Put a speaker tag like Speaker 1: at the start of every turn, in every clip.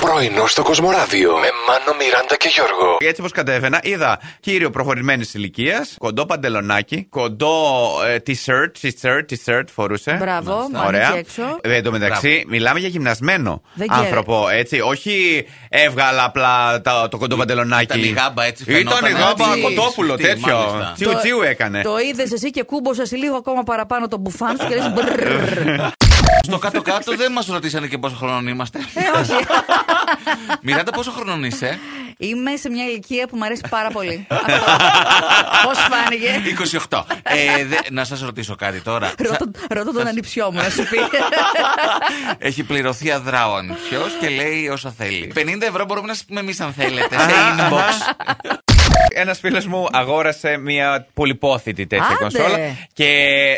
Speaker 1: Πρωινό στο Κοσμοράδιο με Μάνο, Μιράντα και Γιώργο.
Speaker 2: Έτσι όπω κατέβαινα, είδα κύριο προχωρημένης ηλικίας, κοντό παντελονάκι, κοντό ε, t-shirt, t-shirt, t-shirt φορούσε.
Speaker 3: Μπράβο,
Speaker 2: Μάλιστα.
Speaker 3: μάνι
Speaker 2: Ωραία.
Speaker 3: και έξω.
Speaker 2: Ε, εν τω μεταξύ, μιλάμε για γυμνασμένο
Speaker 3: Δεν ξέρω.
Speaker 2: άνθρωπο, έτσι. Όχι έβγαλα απλά τα- το κοντό παντελονάκι.
Speaker 4: Ήταν η γάμπα, έτσι,
Speaker 2: Ήταν
Speaker 4: φαινόταν,
Speaker 2: η γάμπα
Speaker 3: έτσι,
Speaker 2: κοτόπουλο,
Speaker 4: σφιχτή,
Speaker 2: τέτοιο.
Speaker 4: μάλιστα.
Speaker 2: Τσιου
Speaker 3: Το-
Speaker 2: τσιου έκανε.
Speaker 3: Το είδες εσύ και κούμποσες λίγο ακόμα παραπάνω το μπουφάν σου και λες μπρρρ.
Speaker 4: Στο κάτω-κάτω δεν μας ρωτήσανε και πόσο χρονών είμαστε.
Speaker 3: Ε, όχι.
Speaker 4: Μιράντα, πόσο χρονών είσαι.
Speaker 3: Είμαι σε μια ηλικία που μου αρέσει πάρα πολύ. Πώς φάνηκε.
Speaker 4: 28. Ε, δε- να σας ρωτήσω κάτι τώρα.
Speaker 3: Ρωτώ- Ρωτώ τον ανιψιό μου να σου πει.
Speaker 4: Έχει πληρωθεί αδράω ανιψιός και λέει όσα θέλει. 50 ευρώ μπορούμε να σας πούμε εμείς αν θέλετε. Σε
Speaker 2: Αχα,
Speaker 4: inbox.
Speaker 2: Ένας φίλος μου αγόρασε μια πολυπόθητη τέτοια
Speaker 3: Άντε.
Speaker 2: κονσόλα και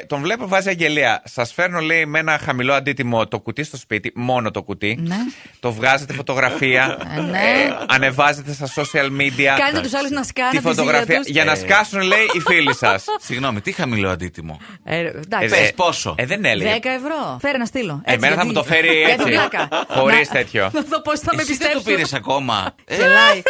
Speaker 2: τον βλέπω βάζει αγγελία. Σας φέρνω, λέει, με ένα χαμηλό αντίτιμο το κουτί στο σπίτι, μόνο το κουτί.
Speaker 3: Ναι.
Speaker 2: Το βγάζετε φωτογραφία.
Speaker 3: Ε, ναι.
Speaker 2: ανεβάζετε στα social media.
Speaker 3: Κάντε τους άλλους να σκάνε
Speaker 2: τη
Speaker 3: τη ζήλια
Speaker 2: φωτογραφία.
Speaker 3: τους.
Speaker 2: Για να
Speaker 4: Ε.
Speaker 2: σκάσουν, λέει, οι φίλοι σας.
Speaker 4: Συγγνώμη, τι χαμηλό αντίτιμο.
Speaker 3: Ε,
Speaker 4: Πες
Speaker 3: Εντάξει.
Speaker 4: πόσο.
Speaker 2: Ε, δεν έλεγε.
Speaker 3: 10 ευρώ. Φέρε να στείλω. Έτσι,
Speaker 2: Εμένα θα
Speaker 3: γιατί-
Speaker 2: μου το φέρει
Speaker 3: για την
Speaker 2: έτσι.
Speaker 3: πλάκα.
Speaker 2: Χωρίς
Speaker 3: Να-
Speaker 2: τέτοιο.
Speaker 3: Να δω πώς θα με
Speaker 4: Εσύ δεν το πήρε
Speaker 3: πιστέψει.
Speaker 4: ακόμα. Ε,
Speaker 3: Γελάει.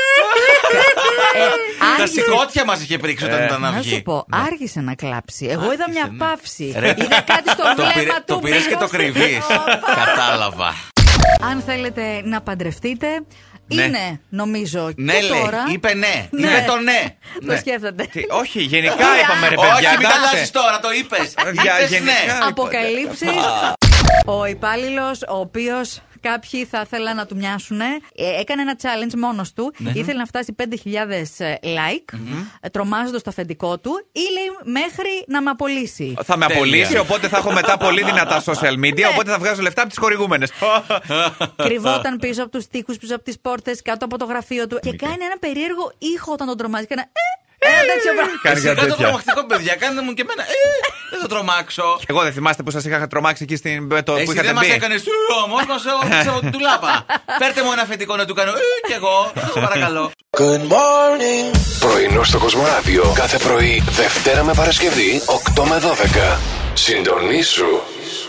Speaker 3: Ε,
Speaker 4: Τα
Speaker 3: άργησε-
Speaker 4: σηκώτια μας είχε πρίξει όταν ήταν
Speaker 3: Ε, Να
Speaker 4: αυγή.
Speaker 3: σου πω, άργησε να κλάψει. Εγώ είδα μια
Speaker 4: ναι.
Speaker 3: παύση.
Speaker 4: Ρε.
Speaker 3: Είδα κάτι στο
Speaker 4: Το πήρε-
Speaker 3: βλέμμα του.
Speaker 4: Το πήρες και το
Speaker 3: μήπως-
Speaker 4: κρυβεί. Κατάλαβα.
Speaker 3: Αν θέλετε να παντρευτείτε,
Speaker 4: Ναι.
Speaker 3: είναι νομίζω
Speaker 4: Ναι,
Speaker 3: και
Speaker 4: λέει.
Speaker 3: τώρα.
Speaker 4: Είπε ναι. Είπε το ναι.
Speaker 3: Το
Speaker 4: Ναι.
Speaker 3: σκέφτεται.
Speaker 2: Τι- όχι, γενικά είπαμε ρε παιδιά.
Speaker 4: Όχι, μην τα
Speaker 2: εντάξει.
Speaker 4: αλλάζεις τώρα, το είπες.
Speaker 2: Για-
Speaker 4: Είπες ναι.
Speaker 2: γενικά.
Speaker 3: Αποκαλύψει. Ο υπάλληλος, ο οποίος κάποιοι θα ήθελαν να του μοιάσουν, έκανε ένα challenge μόνος του.
Speaker 4: Ναι.
Speaker 3: Ήθελε να φτάσει 5.000 like,
Speaker 4: Mm-hmm.
Speaker 3: τρομάζοντας το αφεντικό του, ή λέει μέχρι να με απολύσει.
Speaker 2: Θα με
Speaker 4: Τέλεια.
Speaker 2: απολύσει, οπότε θα έχω μετά πολύ δυνατά social
Speaker 3: Ναι.
Speaker 2: media, οπότε θα βγάζω λεφτά από τις χορηγούμενες.
Speaker 3: Κρυβόταν πίσω από τους τοίχους, πίσω από τις πόρτες, κάτω από το γραφείο του. Και κάνει ένα περίεργο ήχο όταν τον τρομάζει. Και ένα. «Ε», ένα τέτοιο πράγμα.
Speaker 2: Κάνει
Speaker 4: Εσύ
Speaker 2: κάτι
Speaker 4: το
Speaker 2: τέτοια.
Speaker 4: τρομακτικό, παιδιά. Κάντε μου και εμένα. Ε, δεν θα τρομάξω.
Speaker 2: Εγώ δεν θυμάστε που σας είχα τρομάξει εκεί στην, με το που
Speaker 4: Εσύ
Speaker 2: είχατε
Speaker 4: δεν «Ε, μας
Speaker 2: μπει.
Speaker 4: έκανες όμως, μας έβαλες από την ε, τουλάπα. Φέρτε μου ένα φετικό να του κάνω. Ε, κι εγώ. Σα παρακαλώ.
Speaker 1: Πρωινό στο Κοσμοράδιο κάθε πρωί, Δευτέρα με Παρασκευή, 8 με 12. Συντονίσου.